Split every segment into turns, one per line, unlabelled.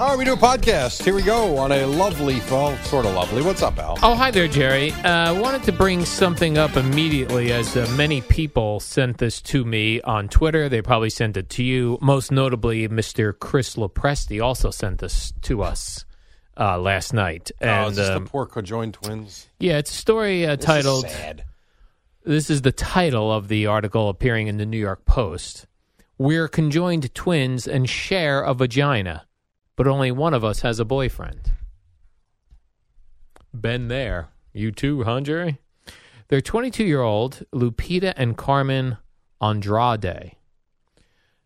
All right, we do a podcast. Here we go on a lovely, well, sort of lovely. What's up, Al?
Oh, hi there, Jerry. I uh, wanted to bring something up immediately as uh, many people sent this to me on Twitter. They probably sent it to you. Most notably, Mr. Chris Lopresti also sent this to us uh, last night. um,
oh, it's just the poor conjoined twins.
yeah, it's a story uh,
This is
titled.
sad.
This is the title of the article appearing in the New York Post. We're conjoined twins and share a vagina, but only one of us has a boyfriend. Been there. You too, huh, Jerry? They're 22 year old Lupita and Carmen Andrade.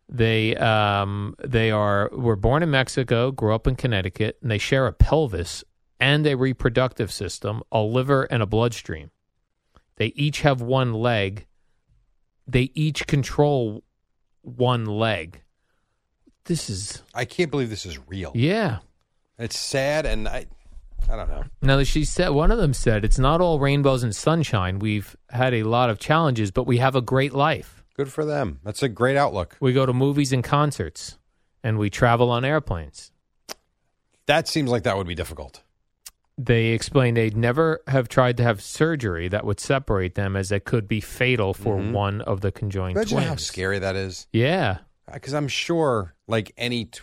They um, they are were born in Mexico, grew up in Connecticut, and they share a pelvis and a reproductive system, a liver and a bloodstream. They each have one leg. They each control one leg. This is
I can't believe this is real.
yeah.
It's sad, and I, I don't know.
Now she said one of them said it's not all rainbows and sunshine. We've had a lot of challenges, but we have a great life.
Good for them. That's a great outlook.
We go to movies and concerts and we travel on airplanes.
That seems like that would be difficult.
They explained they'd never have tried to have surgery that would separate them as it could be fatal for one of the conjoined
Imagine
twins.
how scary that is.
Yeah.
Because I'm sure, like any, t-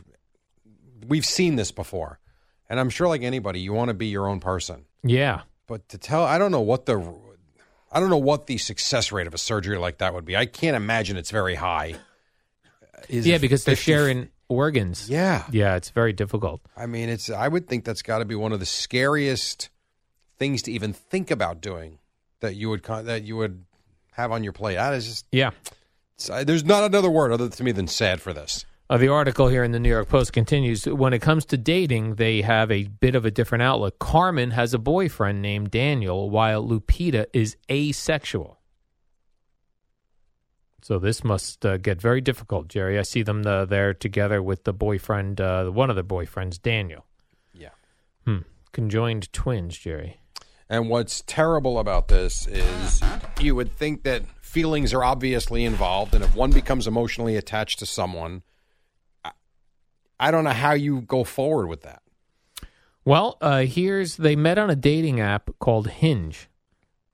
we've seen this before, and I'm sure, like anybody, you want to be your own person.
Yeah.
But to tell, I don't know what the, I don't know what the success rate of a surgery like that would be. I can't imagine it's very high. Is
yeah,
it
because they're
50
sharing organs.
Yeah,
Yeah, it's very difficult.
I mean, it's. I would think that's got to be one of the scariest things to even think about doing that you would con- that you would have on your plate. That is just.
Yeah.
it's- I- there's not another word other to me than sad for this.
Uh, the article here in the New York Post continues when it comes to dating, they have a bit of a different outlook. Carmen has a boyfriend named Daniel, while Lupita is asexual. So this must uh, get very difficult, Jerry. I see them uh, there together with the boyfriend, uh, one of the boyfriends, Daniel.
Yeah.
Hmm. Conjoined twins, Jerry.
And what's terrible about this is you would think that feelings are obviously involved, and if one becomes emotionally attached to someone, I, I don't know how you go forward with that.
Well, uh, here's they met on a dating app called Hinge,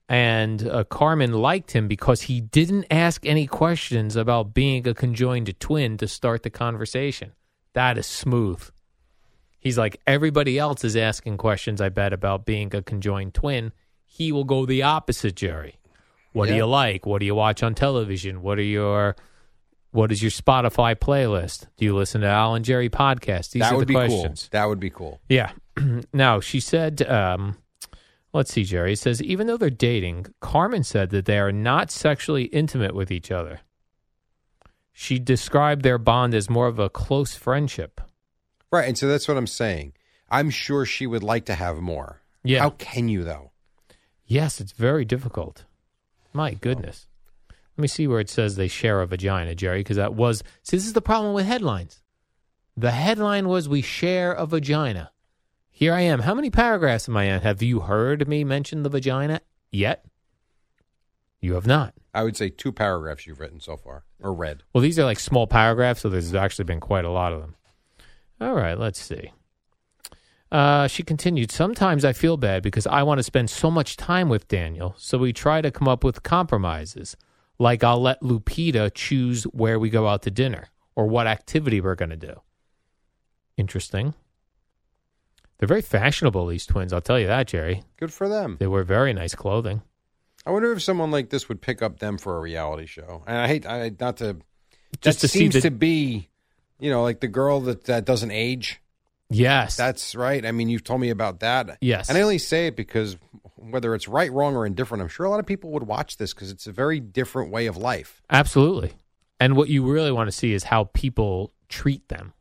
and uh, Carmen liked him because he didn't ask any questions about being a conjoined twin to start the conversation. That is smooth. He's like everybody else is asking questions. I bet about being a conjoined twin. He will go the opposite, Jerry. What do
Yeah.
you like? What do you watch on television? What are your what is your Spotify playlist? Do you listen to Alan Jerry podcast? These
that
are
would
the
be
questions.
cool. That would be cool.
Yeah. now, she said, um, let's see, Jerry. It says, even though they're dating, Carmen said that they are not sexually intimate with each other. She described their bond as more of a close friendship.
Right, and so that's what I'm saying. I'm sure she would like to have more.
Yeah.
How can you though?
Yes, it's very difficult. My goodness. Let me see where it says they share a vagina, Jerry, because that was. See, this is the problem with headlines. The headline was We Share a Vagina. Here I am. How many paragraphs am I in? Have you heard me mention the vagina yet? You have not.
I would say two paragraphs you've written so far or read.
Well, these are like small paragraphs, so there's actually been quite a lot of them. All right, let's see. Uh, she continued, Sometimes I feel bad because I want to spend so much time with Daniel, so we try to come up with compromises. Like I'll let Lupita choose where we go out to dinner or what activity we're going to do. Interesting. They're very fashionable, these twins, I'll tell you that, Jerry.
Good for them.
They wear very nice clothing.
I wonder if someone like this would pick up them for a reality show. And I hate I not to
Just to
that
see
seems
the-
to be, you know, like the girl that that doesn't age.
Yes.
That's right. I mean, you've told me about that.
Yes.
And I only say it because whether it's right, wrong, or indifferent, I'm sure a lot of people would watch this because it's a very different way of life.
Absolutely. And what you really want to see is how people treat them.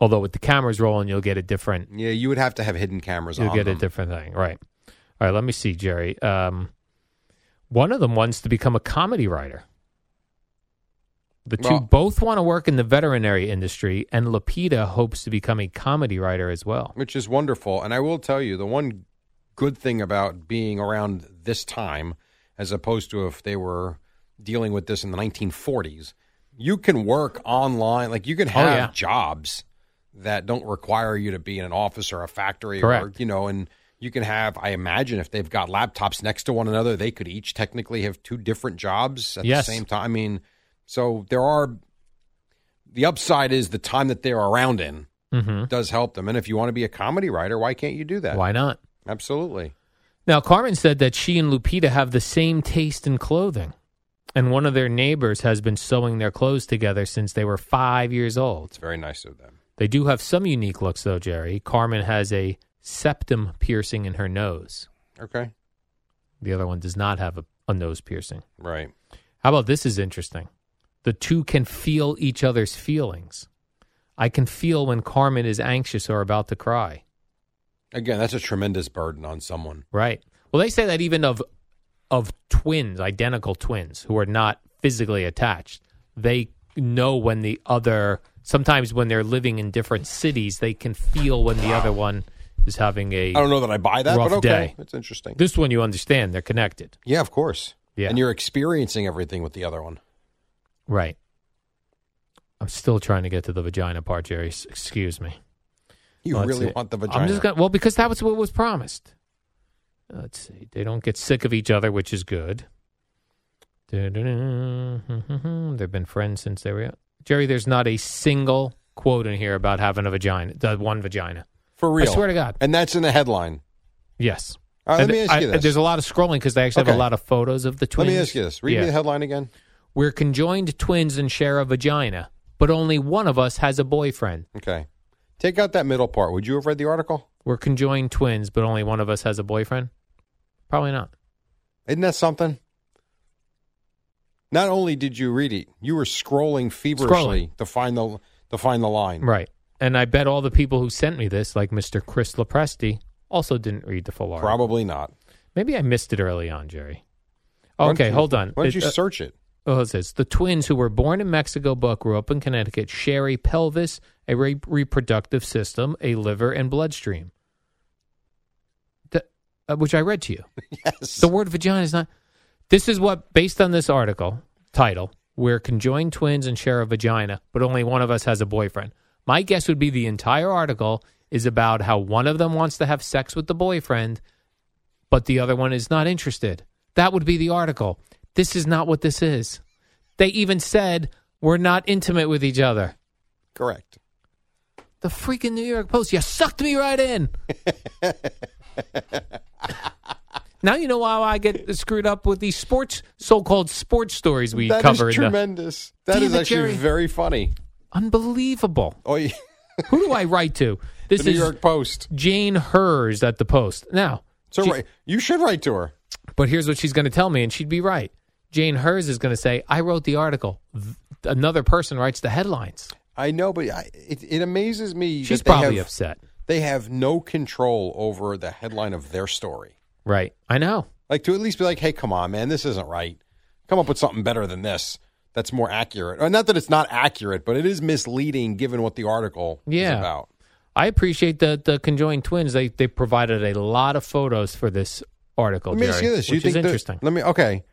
Although with the cameras rolling, you'll get a different
Yeah, you would have to have hidden cameras
you'll
on
get
them.
a different thing. Right. All right, let me see, Jerry. Um, one of them wants to become a comedy writer. The two
Well-
both want to work in the veterinary industry, and Lapita hopes to become a comedy writer as well.
which is wonderful. And I will tell you, the one good thing about being around this time, as opposed to if they were dealing with this in the 1940s, you can work online. Like you can have
Oh, yeah.
jobs that don't require you to be in an office or a factory, or
Correct.
you know, and you can have. I imagine if they've got laptops next to one another, they could each technically have two different jobs at
Yes.
the same time. I mean, so there are. The upside is the time that they're around in
Mm-hmm.
does help them. And if you want to be a comedy writer, why can't you do that?
Why not?
Absolutely.
Now, Carmen said that she and Lupita have the same taste in clothing, and one of their neighbors has been sewing their clothes together since they were five years old.
It's very nice of them.
They do have some unique looks, though, Jerry. Carmen has a septum piercing in her nose,
Okay.
the other one does not have a, a nose piercing.
Right.
How about this is interesting? The two can feel each other's feelings. I can feel when Carmen is anxious or about to cry.
Again, that's a tremendous burden on someone.
Right. Well, they say that even of of twins, identical twins who are not physically attached, they know when the other sometimes when they're living in different cities, they can feel when the other one is having a
I don't know that I buy that,
Rough
but okay.
day.
It's interesting.
This one you understand, they're connected.
yeah, of course.
Yeah.
And you're experiencing everything with the other one.
Right. I'm still trying to get to the vagina part, Jerry. S- Excuse me.
You
Let's
really
see.
want the
I'm
vagina.
just gonna, well, because that was what was promised. Let's see. They don't get sick of each other, which is good. Da-da-da. They've been friends since they were. Jerry, there's not a single quote in here about having a vagina, the one vagina.
For real.
I swear to God.
And that's in the headline.
Yes.
All right, let
And
me ask you
I-
this.
There's a lot of scrolling because they actually have
Okay.
a lot of photos of the
Let
twins.
me ask you this. Read
Yeah.
me the headline again.
We're conjoined twins and share a vagina, but only one of us has a boyfriend.
Okay. Take out that middle part. Would you have read the article?
We're conjoined twins, but only one of us has a boyfriend? Probably not.
Isn't that something? Not only did you read it, you were scrolling feverishly to find the to find the line.
Right. And I bet all the people who sent me this, like Mr. Chris Lopresti, also didn't read the full article.
Probably not.
Maybe I missed it early on, Jerry.
Why don't
Okay,
you-
hold on.
Why
It-
don't you
uh,
search it?
oh, it says the twins who were born in Mexico but grew up in Connecticut share a pelvis, a re- reproductive system, a liver, and bloodstream. The, uh, which I read to you.
Yes.
The word vagina is not. This is what, based on this article title, we're conjoined twins and share a vagina, but only one of us has a boyfriend. My guess would be the entire article is about how one of them wants to have sex with the boyfriend, but the other one is not interested. That would be the article. This is not what this is. They even said we're not intimate with each other.
Correct.
The freaking New York Post, you sucked me right in. now you know why I get screwed up with these sports, so-called sports stories we
That is
cover. in the-
tremendous. That
Damn
is
it,
actually
Jerry.
very funny.
unbelievable.
Oh, yeah.
Who do I write to? This
the New
is
York Post.
Jane Hers at the Post. Now,
So
she-
right, you should write to her.
but here's what she's going to tell me, and she'd be right. Jane Hers is going to say, "I wrote the article." Th- Another person writes the headlines.
I know, but I, it, it amazes me.
She's
that they
probably
have,
upset,
They have no control over the headline of their story.
right? I know.
Like to at least be like, hey, come on, man, this isn't right. Come up with something better than this. That's more accurate. Or not that it's not accurate, but it is misleading given what the article is
Yeah.
about.
I appreciate the the conjoined twins. They they provided a lot of photos for this article.
Let me ask
Jerry,
you this:
which
You think
is
that-
interesting?
Let me. Okay.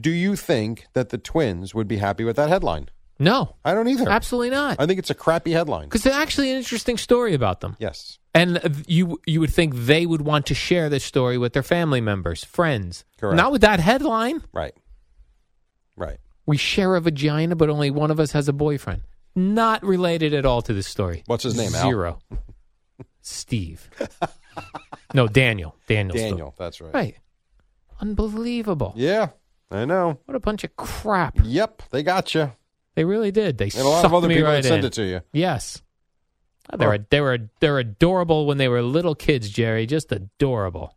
Do you think that the twins would be happy with that headline?
No,
I don't either.
absolutely not.
I think it's a crappy headline.
Because there's actually an interesting story about them,
Yes,
and uh, you you would think they would want to share this story with their family members, friends.
Correct.
Not with that headline.
right, right.
We share a vagina, but only one of us has a boyfriend. Not related at all to this story.
What's his name, Al?
Zero. Steve. no, Daniel. Daniel.
Daniel, that's right.
Right. Unbelievable.
Yeah, I know.
What a bunch of crap.
Yep, they got you.
They really did. They
And a lot
sucked
of other
me
people
right
that send
in.
it to you.
Yes. Oh, they were they were they're adorable when they were little kids, Jerry. Just adorable.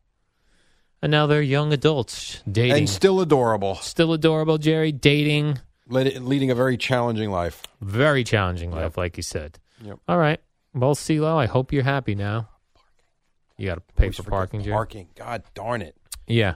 And now they're young adults dating.
And still adorable,
Still adorable, Jerry. Dating.
led- leading a very challenging life.
Very challenging life, like you said.
Yep.
All right. Well, CeeLo, I hope you're happy now. You got to pay for parking, Jerry.
Parking. God darn it.
Yeah.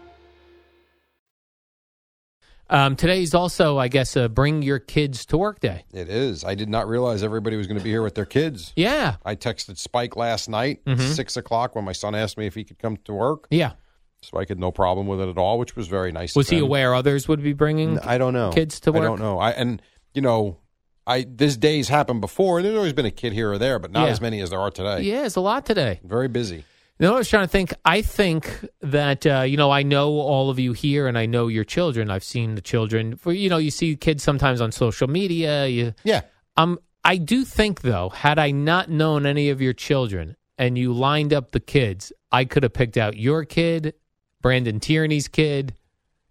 Um, today's also, I guess, a bring your kids to work day.
It is. I did not realize everybody was going to be here with their kids.
Yeah.
I texted Spike last night,
Mm-hmm.
six o'clock, when my son asked me if he could come to work.
Yeah.
Spike had no problem with it at all, which was very nice. of
Was he
him.
aware others would be bringing?
I don't know.
kids to
I
work?
don't know. I and you know, I this day's happened before, and there's always been a kid here or there, but not
Yeah.
as many as there are today.
Yeah, it's a lot today.
Very busy.
You know, what I was trying to think. I think that uh, you know, I know all of you here, and I know your children. I've seen the children. For you know, you see kids sometimes on social media. You,
Yeah.
um, I do think though, had I not known any of your children, and you lined up the kids, I could have picked out your kid, Brandon Tierney's kid.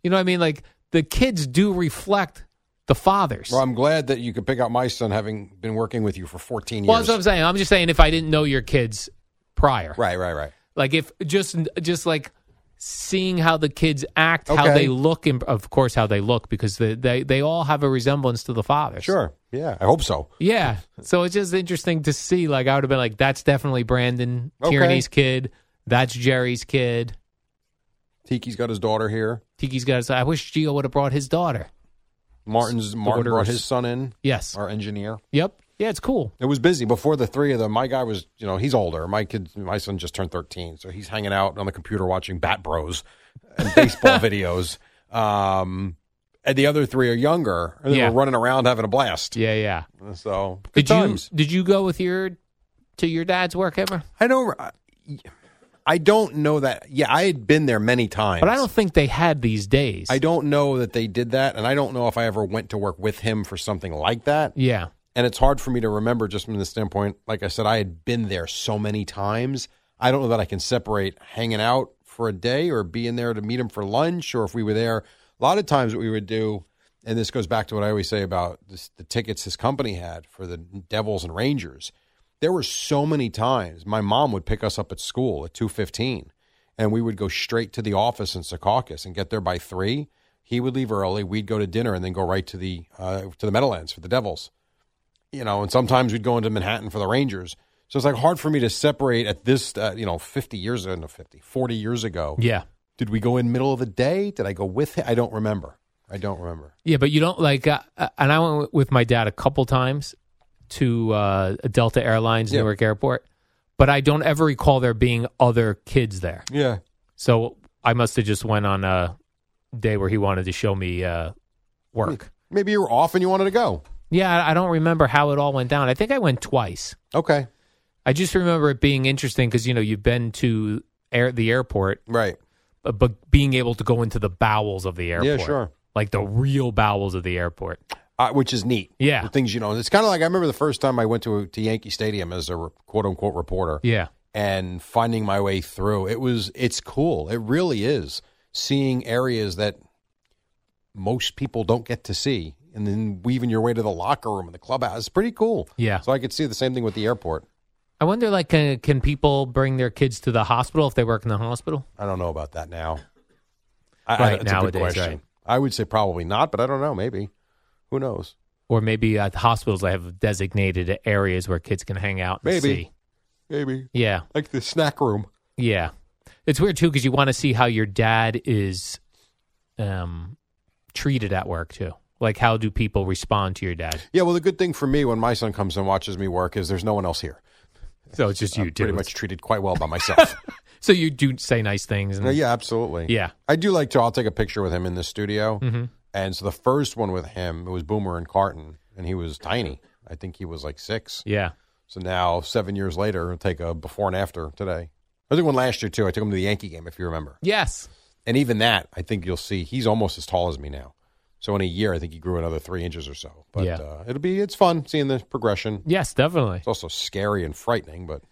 You know what I mean? Like the kids do reflect the fathers.
Well, I'm glad that you could pick out my son, having been working with you for 14 years.
well, that's what I'm saying. I'm just saying if I didn't know your kids prior,
right, right, right.
like if just just like seeing how the kids act how
Okay.
they look and of course how they look because they, they they all have a resemblance to the fathers
Sure. Yeah. I hope so.
yeah so it's just interesting to see like i would have been like that's definitely brandon
Okay.
tierney's kid that's jerry's kid
Tiki's got his daughter here.
tiki's got his i wish geo would have brought his daughter
Martin's Martin brought
Daughters.
his son in,
yes
our engineer.
yep yeah it's cool
It was busy before the three of them. My guy was, you know, he's older. My kid, my son just turned 13, so he's hanging out on the computer watching Bat Bros and baseball videos. Um, and the other three are younger, and they
Yeah.
were running around having a blast.
yeah yeah
So good
did
times.
you did you go with your to your dad's work ever
I don't.
uh,
I don't know that. Yeah, I had been there many times,
but i don't think they had these days
I don't know that they did that, and I don't know if I ever went to work with him for something like that.
yeah
and it's hard for me to remember just from the standpoint like i said i had been there so many times i don't know that i can separate hanging out for a day or being there to meet him for lunch or if we were there a lot of times what we would do and this goes back to what i always say about this, the tickets his company had for the devils and rangers there were so many times my mom would pick us up at school at 2.15 and we would go straight to the office in secaucus and get there by 3 he would leave early we'd go to dinner and then go right to the uh, to the meadowlands for the devils you know, and sometimes we'd go into Manhattan for the Rangers. So it's like hard for me to separate at this, uh, you know, 50 years ago, no, 50, 40 years ago.
yeah
Did we go in middle of the day? Did I go with him? I don't remember. I don't remember.
Yeah, but you don't like. Uh, uh, and I went with my dad a couple times to uh, Delta Airlines
Yeah.
Newark Airport, but I don't ever recall there being other kids there.
Yeah.
So I must have just went on a day where he wanted to show me uh, work.
Maybe you were off and you wanted to go.
Yeah, I- I don't remember how it all went down. I think I went twice.
Okay.
I just remember it being interesting because you know you've been to air the airport,
Right.
but, but being able to go into the bowels of the airport,
sure.
like the real bowels of the airport.
Uh, which is neat.
Yeah.
The things you know. It's kind of like I remember the first time I went to, to Yankee Stadium as a re- quote unquote reporter.
Yeah,
and finding my way through. It was it's cool. It really is seeing areas that most people don't get to see and then weaving your way to the locker room and the clubhouse. It's pretty cool.
Yeah.
So I could see the same thing with the airport.
I wonder, like, can, can people bring their kids to the hospital if they work in the hospital?
I don't know about that now. I,
Right,
it's a good
nowadays,
question.
right.
I would say probably not, but I don't know, maybe. Who knows?
Or maybe at the hospitals they have designated areas where kids can hang out. And
Maybe.
see.
Maybe.
Yeah,
Like the snack room.
yeah. It's weird too because you want to see how your dad is um, treated at work too. Like, how do people respond to your dad?
Yeah, well the good thing for me when my son comes and watches me work is there's no one else here.
So it's just you,
I'm pretty
dude.
much treated quite well by myself.
so you do say nice things. And,
No, Uh, yeah, absolutely.
Mm-hmm. Yeah. Mm-hmm.
I do like to. I'll take a picture with him in the studio. And so the first one with him, it was Boomer and Carton, and he was tiny. I think he was like six.
Yeah.
So now, seven years later, I'll take a before and after today. I took one last year too. I took him to the Yankee game, if you remember.
Yes.
And even that, I think you'll see he's almost as tall as me now. So in a year, I think he grew another three inches or so. But
Yeah.
uh, it'll be it's fun seeing the progression.
Yes, definitely.
It's also scary and frightening, but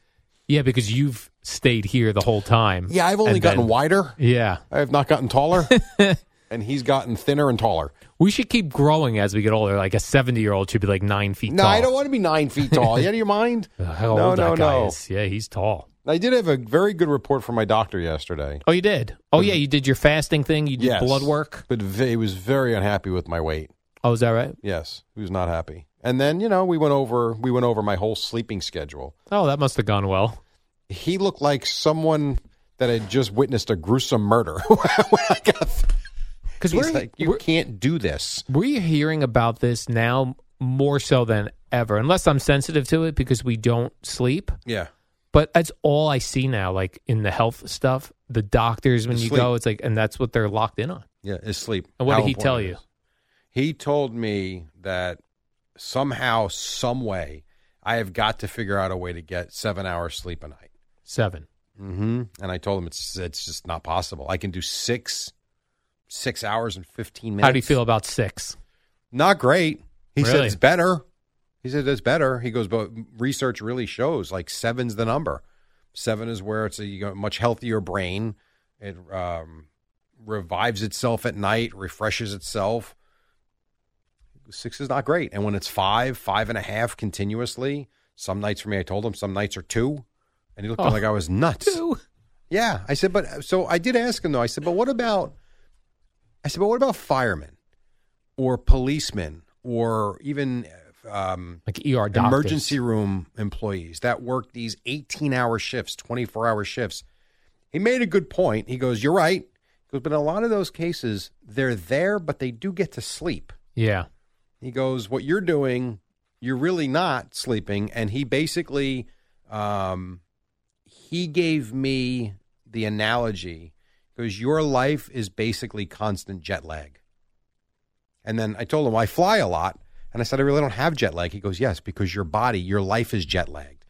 Yeah, because you've stayed here the whole time.
yeah, I've only
And
gotten
then-
wider.
Yeah.
I have not gotten taller, and he's gotten thinner and taller.
We should keep growing as we get older. Like a 70 year old should be like nine feet
No,
tall.
I don't want to be nine feet tall. you out of your mind?
How
No,
old
no,
that guy
no.
is. Yeah, he's tall.
I did have a very good report from my doctor yesterday.
Oh, you did? Oh, yeah. You did your fasting thing. You did
Yes.
blood work.
But v- he was very unhappy with my weight.
Oh, is that right?
Yes, he was not happy. And then you know we went over we went over my whole sleeping schedule.
Oh, that must have gone well.
He looked like someone that had just witnessed a gruesome murder. When I got-
Because
He's
we're,
like, you
we're,
can't do this.
we're hearing about this now more so than ever, unless I'm sensitive to it because we don't sleep.
Yeah,
But that's all I see now, like in the health stuff, the doctors, when
The
you
sleep.
go, it's like, and that's what they're locked in on.
yeah, is sleep.
And what
How
did he
important
tell
it
you?
is. He told me that somehow, some way, I have got to figure out a way to get seven hours sleep a night.
Seven. Mm-hmm.
hmm And I told him it's it's just not possible. I can do six, six hours and fifteen minutes.
How do you feel about six?
Not great. He said
Really?
it's better. He said it's better. He goes, but research really shows like seven's the number. Seven is where it's a you got a much healthier brain. It um, revives itself at night, refreshes itself. Six is not great. And when it's five, five and a half continuously, some nights for me, I told him, some nights are two. And he looked at me
Oh.
like I was nuts. Yeah, I said, but so I did ask him though. I said, but what about? I said, but what about firemen, or policemen, or even um,
Like ER doctors.
emergency room employees that work these eighteen-hour shifts, twenty-four-hour shifts? He made a good point. He goes, "You're right." He goes, but in a lot of those cases, they're there, but they do get to sleep.
Yeah.
He goes, "What you're doing, you're really not sleeping." And he basically, um, he gave me the analogy because your life is basically constant jet lag. And then I told him I fly a lot, and I said I really don't have jet lag. He goes, "Yes, because your body, your life is jet lagged."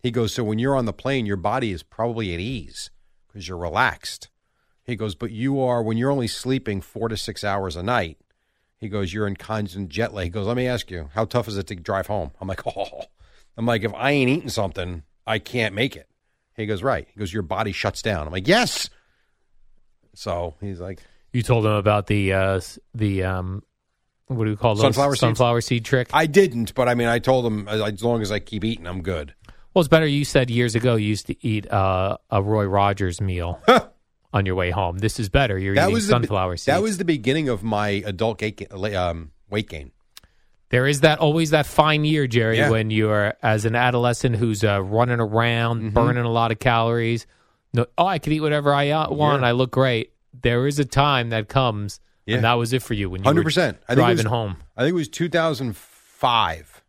He goes, "So when you're on the plane, your body is probably at ease because you're relaxed." He goes, "But you are when you're only sleeping four to six hours a night." He goes, You're in constant jet lag. He goes, Let me ask you, how tough is it to drive home? I'm like, Oh, I'm like, if I ain't eating something, I can't make it. He goes, Right. He goes, Your body shuts down. I'm like, Yes. So he's like,
You told him about the uh, s- the um, what do you call those
Sunflower seeds?
sunflower seed trick?
I didn't, but I mean, I told him as- as long as I keep eating, I'm good.
well, it's better. You said years ago you used to eat uh, a Roy Rogers meal on your way home. This is better. You're eating
the,
sunflower seeds.
that was the beginning of my adult gate, ga- la- um, weight gain.
there is that always that fine year, Jerry,
Yeah.
when you're as an adolescent who's uh, running around,
Mm-hmm.
burning a lot of calories. No, oh, I could eat whatever I uh, want. I look great. There is a time that comes,
Yeah.
and that was it for you when you
100%. I
were
think it
driving
was-
home.
I think it was 2005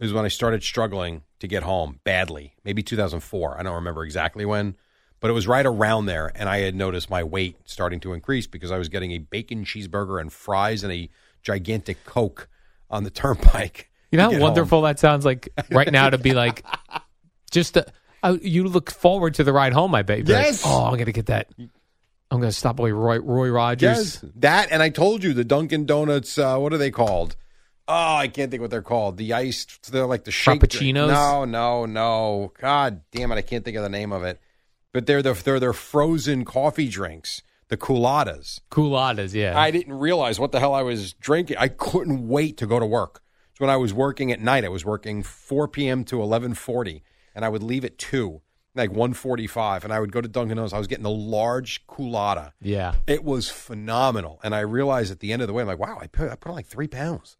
is when I started struggling to get home badly. Maybe 2004. I don't remember exactly when, but it was right around there. And I had noticed my weight starting to increase because I was getting a bacon cheeseburger and fries and a gigantic Coke on the turnpike.
You know
to
how
get home.
wonderful that sounds like right now to be like, just uh uh, you look forward to the ride home. I bet. You'd be like,
Yes.
oh, I'm gonna get that. I'm gonna stop by Roy Roy Rogers.
Yes, that. And I told you the Dunkin' Donuts, uh, what are they called? Oh, I can't think what they're called. The iced, they're like the shake. drink.
Frappuccinos?
No, no, no. God damn it, I can't think of the name of it. But they're the they're their frozen coffee drinks, the culottes.
Culottes, yeah.
I didn't realize what the hell I was drinking. I couldn't wait to go to work. So when I was working at night, I was working 4 p.m. to 11:40, and I would leave at two, like 1:45, and I would go to Dunkin' Donuts. I was getting the large culotta.
yeah.
It was phenomenal. And I realized at the end of the way, I'm like, wow, I put, I put on like three pounds.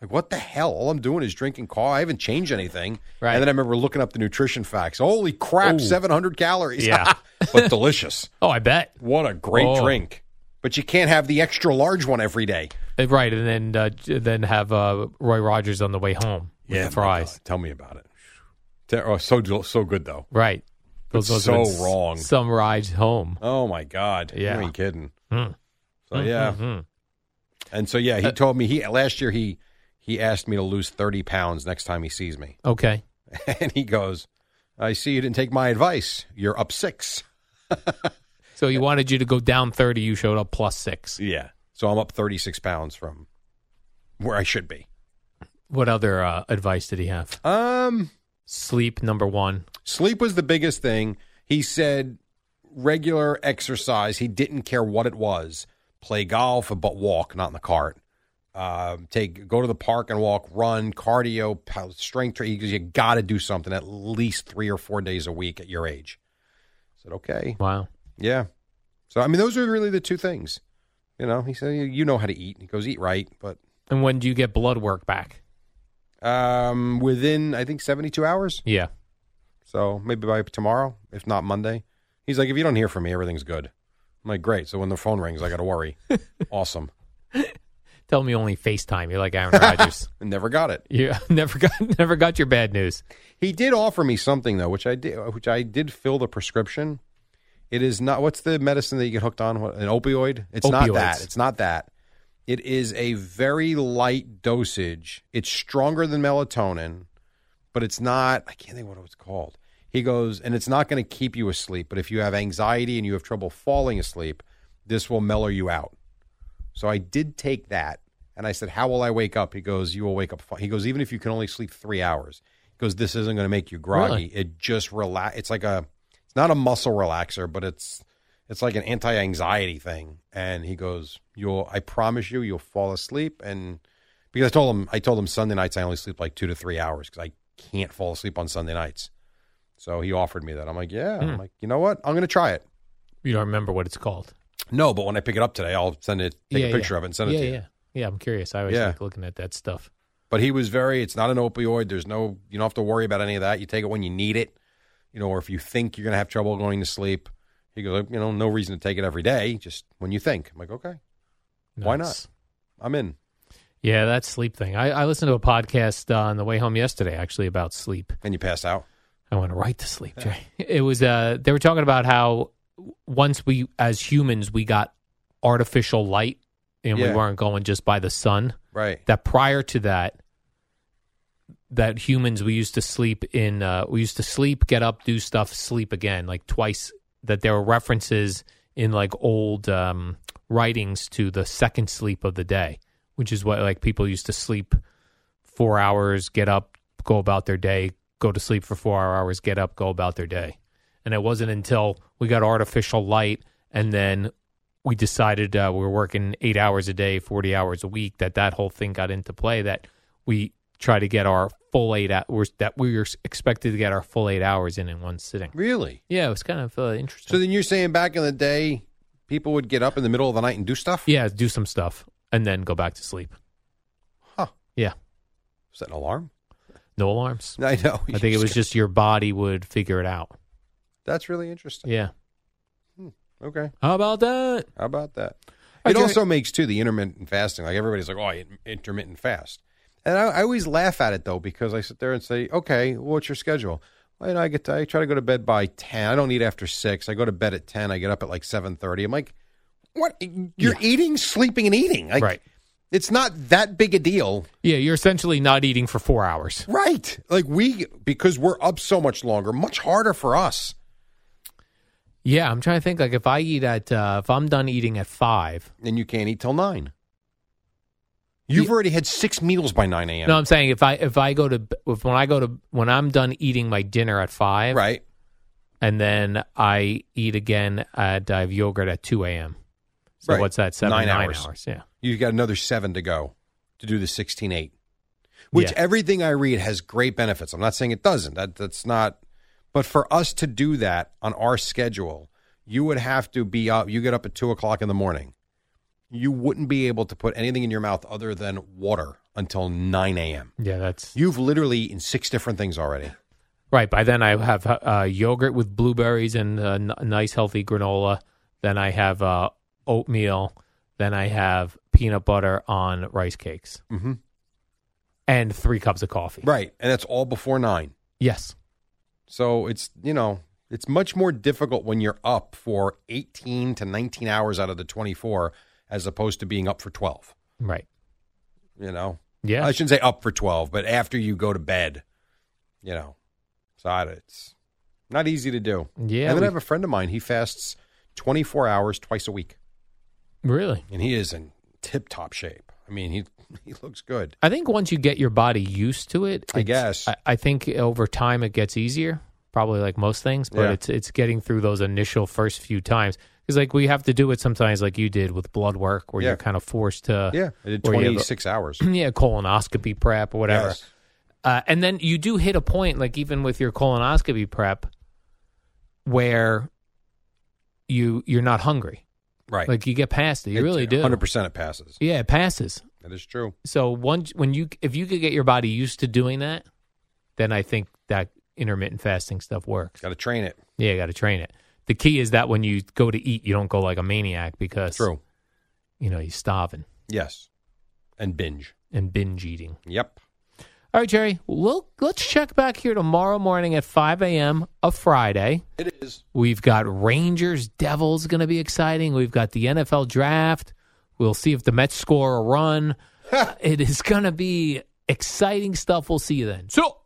Like, what the hell? All I'm doing is drinking coffee. I haven't changed anything.
Right.
And then I remember looking up the nutrition facts. Holy crap, 700 calories.
Yeah.
but delicious.
Oh, I bet.
What a great
Oh.
drink. But you can't have the extra large one every day.
Uh, Right, and then uh, j- then have uh, Roy Rogers on the way home with the
my
fries.
God. Tell me about it. Te- Oh, so, del- so good, though.
Right. Those- those
so
are s-
wrong.
Some rides home.
Oh my God.
Yeah.
You ain't kidding.
Mm.
So Oh, yeah.
Mhm.
And so yeah, he
Uh,
told me he last year he he asked me to lose thirty pounds next time he sees me.
Okay.
And he goes, I see you didn't take my advice. You're up six.
So he wanted you to go down 30. You showed up plus six.
Yeah. So I'm up thirty six pounds from where I should be.
What other uh, advice did he have?
Um
Sleep, number one.
Sleep was the biggest thing. He said regular exercise. He didn't care what it was. Play golf, but walk, not in the cart. Um, take go to the park and walk, run, cardio, pow- strength training. Because you got to do something at least three or four days a week at your age. I said okay,
Wow.
yeah. So I mean, those are really the two things. You know, he said you know how to eat. He goes eat right, but
And when do you get blood work back?
um, within I think seventy two hours.
Yeah.
So maybe by tomorrow, if not Monday. He's like, if you don't hear from me, everything's good. I'm like, great. So when the phone rings, I got to worry. awesome.
Tell me only FaceTime. You're like Aaron Rodgers.
Never got it.
you never got never got your bad news.
He did offer me something though, which I did, which I did fill the prescription. It is not what's the medicine that you get hooked on? What, an opioid? It's not that.
Opioids.
It's not that. It is a very light dosage. It's stronger than melatonin, but it's not. I can't think what it's called. He goes, and it's not going to keep you asleep. But if you have anxiety and you have trouble falling asleep, this will mellow you out. So I did take that, and I said, "How will I wake up?" He goes, "You will wake up." fi-" He goes, "Even if you can only sleep three hours," he goes, "This isn't going to make you groggy.
Really?
It just relax. It's like a, it's not a muscle relaxer, but it's, it's like an anti-anxiety thing." And he goes, "You'll, I promise you, you'll fall asleep." And because I told him, I told him Sunday nights I only sleep like two to three hours because I can't fall asleep on Sunday nights. So he offered me that. I'm like, "Yeah."
Hmm.
I'm like, "You know what? I'm going to try it."
You don't remember what it's called.
No, but when I pick it up today, I'll send it, take a picture of it, and send it
yeah,
to you.
yeah. Yeah, I'm curious. I always
Yeah.
like looking at that stuff.
But he was very, it's not an opioid. There's no, you don't have to worry about any of that. You take it when you need it, you know, or if you think you're going to have trouble going to sleep. He goes, you know, no reason to take it every day, just when you think. I'm like, okay, Why not?
Nice.
I'm in.
Yeah, that sleep thing. I, I listened to a podcast on the way home yesterday, actually, about sleep.
And you pass out.
I went right to sleep, Jay. It was uh, they were talking about how once we, as humans, we got artificial light, and
Yeah.
we weren't going just by the sun.
Right.
That prior to that, that humans we used to sleep in, uh, we used to sleep, get up, do stuff, sleep again, like twice. That there were references in like old um, writings to the second sleep of the day, which is what like people used to sleep four hours, get up, go about their day, go to sleep for four hours, get up, go about their day. And it wasn't until we got artificial light and then we decided uh, we were working eight hours a day, 40 hours a week, that that whole thing got into play that we try to get our full eight hours, that we were expected to get our full eight hours in in one sitting.
Really?
Yeah, it was kind of uh, interesting.
So then you're saying back in the day, people would get up in the middle of the night and do stuff?
yeah, do some stuff and then go back to sleep.
Huh.
Yeah,
Is that an alarm?
no alarms.
I know.
I think it was just your body would figure it out.
That's really interesting.
Yeah.
Okay.
How about that?
How about that?
right,
It
Jerry.
also makes too the intermittent fasting. Like everybody's like, oh, I in- intermittent fast, and I, I always laugh at it though because I sit there and say, okay, what's your schedule? Well, you know, I get to, I try to go to bed by ten. I don't eat after six. I go to bed at ten. I get up at like seven thirty. I'm like, what? You're eating, sleeping, and eating. Like,
right.
It's not that big a deal,
Yeah, you're essentially not eating for four hours.
right? Like we because we're up so much longer, much harder for us.
Yeah, I'm trying to think. Like if I eat at, uh, if I'm done eating at five.
And you can't eat till nine. You've
Ye-
already had six meals by nine a.m.
No, I'm saying if I if I go to b- if when I go to when I'm done eating my dinner at five,
right.
and then I eat again at I have yogurt at two a.m. So
Right.
what's that? Seven
Nine
nine
hours.
Yeah.
You've got another seven to go to do the 16 8, which
Yeah.
everything I read has great benefits. I'm not saying it doesn't. That, that's not, but for us to do that on our schedule, you would have to be up. You get up at two o'clock in the morning. You wouldn't be able to put anything in your mouth other than water until 9 a.m.
Yeah, that's
You've literally eaten six different things already.
right. By then I have uh, yogurt with blueberries and uh, n- nice healthy granola. Then I have uh, oatmeal. Then I have peanut butter on rice cakes,
Mhm.
and three cups of coffee.
Right. And that's all before nine.
Yes.
So it's, you know, It's much more difficult when you're up for 18 to 19 hours out of the 24 as opposed to being up for 12,
Right.
you know?
Yeah.
I shouldn't say up for 12, but after you go to bed, you know. So I- it's not easy to do.
Yeah,
And then
we-
I have a friend of mine, he fasts 24 hours twice a week,
really.
and he is in tip top shape. I mean, he he looks good.
I think once you get your body used to it,
I
it's-
guess.
I, I think over time it gets easier. Probably like most things, but
Yeah.
it's it's getting through those initial first few times. Because like we have to do it sometimes, like you did with blood work, where
Yeah.
you're kind of forced to
Yeah. I did
where Uh, you have a-
26 hours.
yeah colonoscopy prep or whatever.
Yes.
Uh, and then you do hit a point, like even with your colonoscopy prep, where you you're not hungry.
Right.
Like you get past it, you really do.
100% it passes.
Yeah, it passes.
That is true.
So once when you if you could get your body used to doing that, then I think that intermittent fasting stuff works.
Got to train it.
Yeah, you got to train it. The key is that when you go to eat, you don't go like a maniac because
True.
you know you're starving
Yes. And binge.
and binge eating.
Yep.
All right, Jerry. We'll let's check back here tomorrow morning at 5 a.m. a Friday.
It is.
We've got Rangers Devils going to be exciting. We've got the NFL draft. We'll see if the Mets score a run. it is going to be exciting stuff. We'll see you then. So.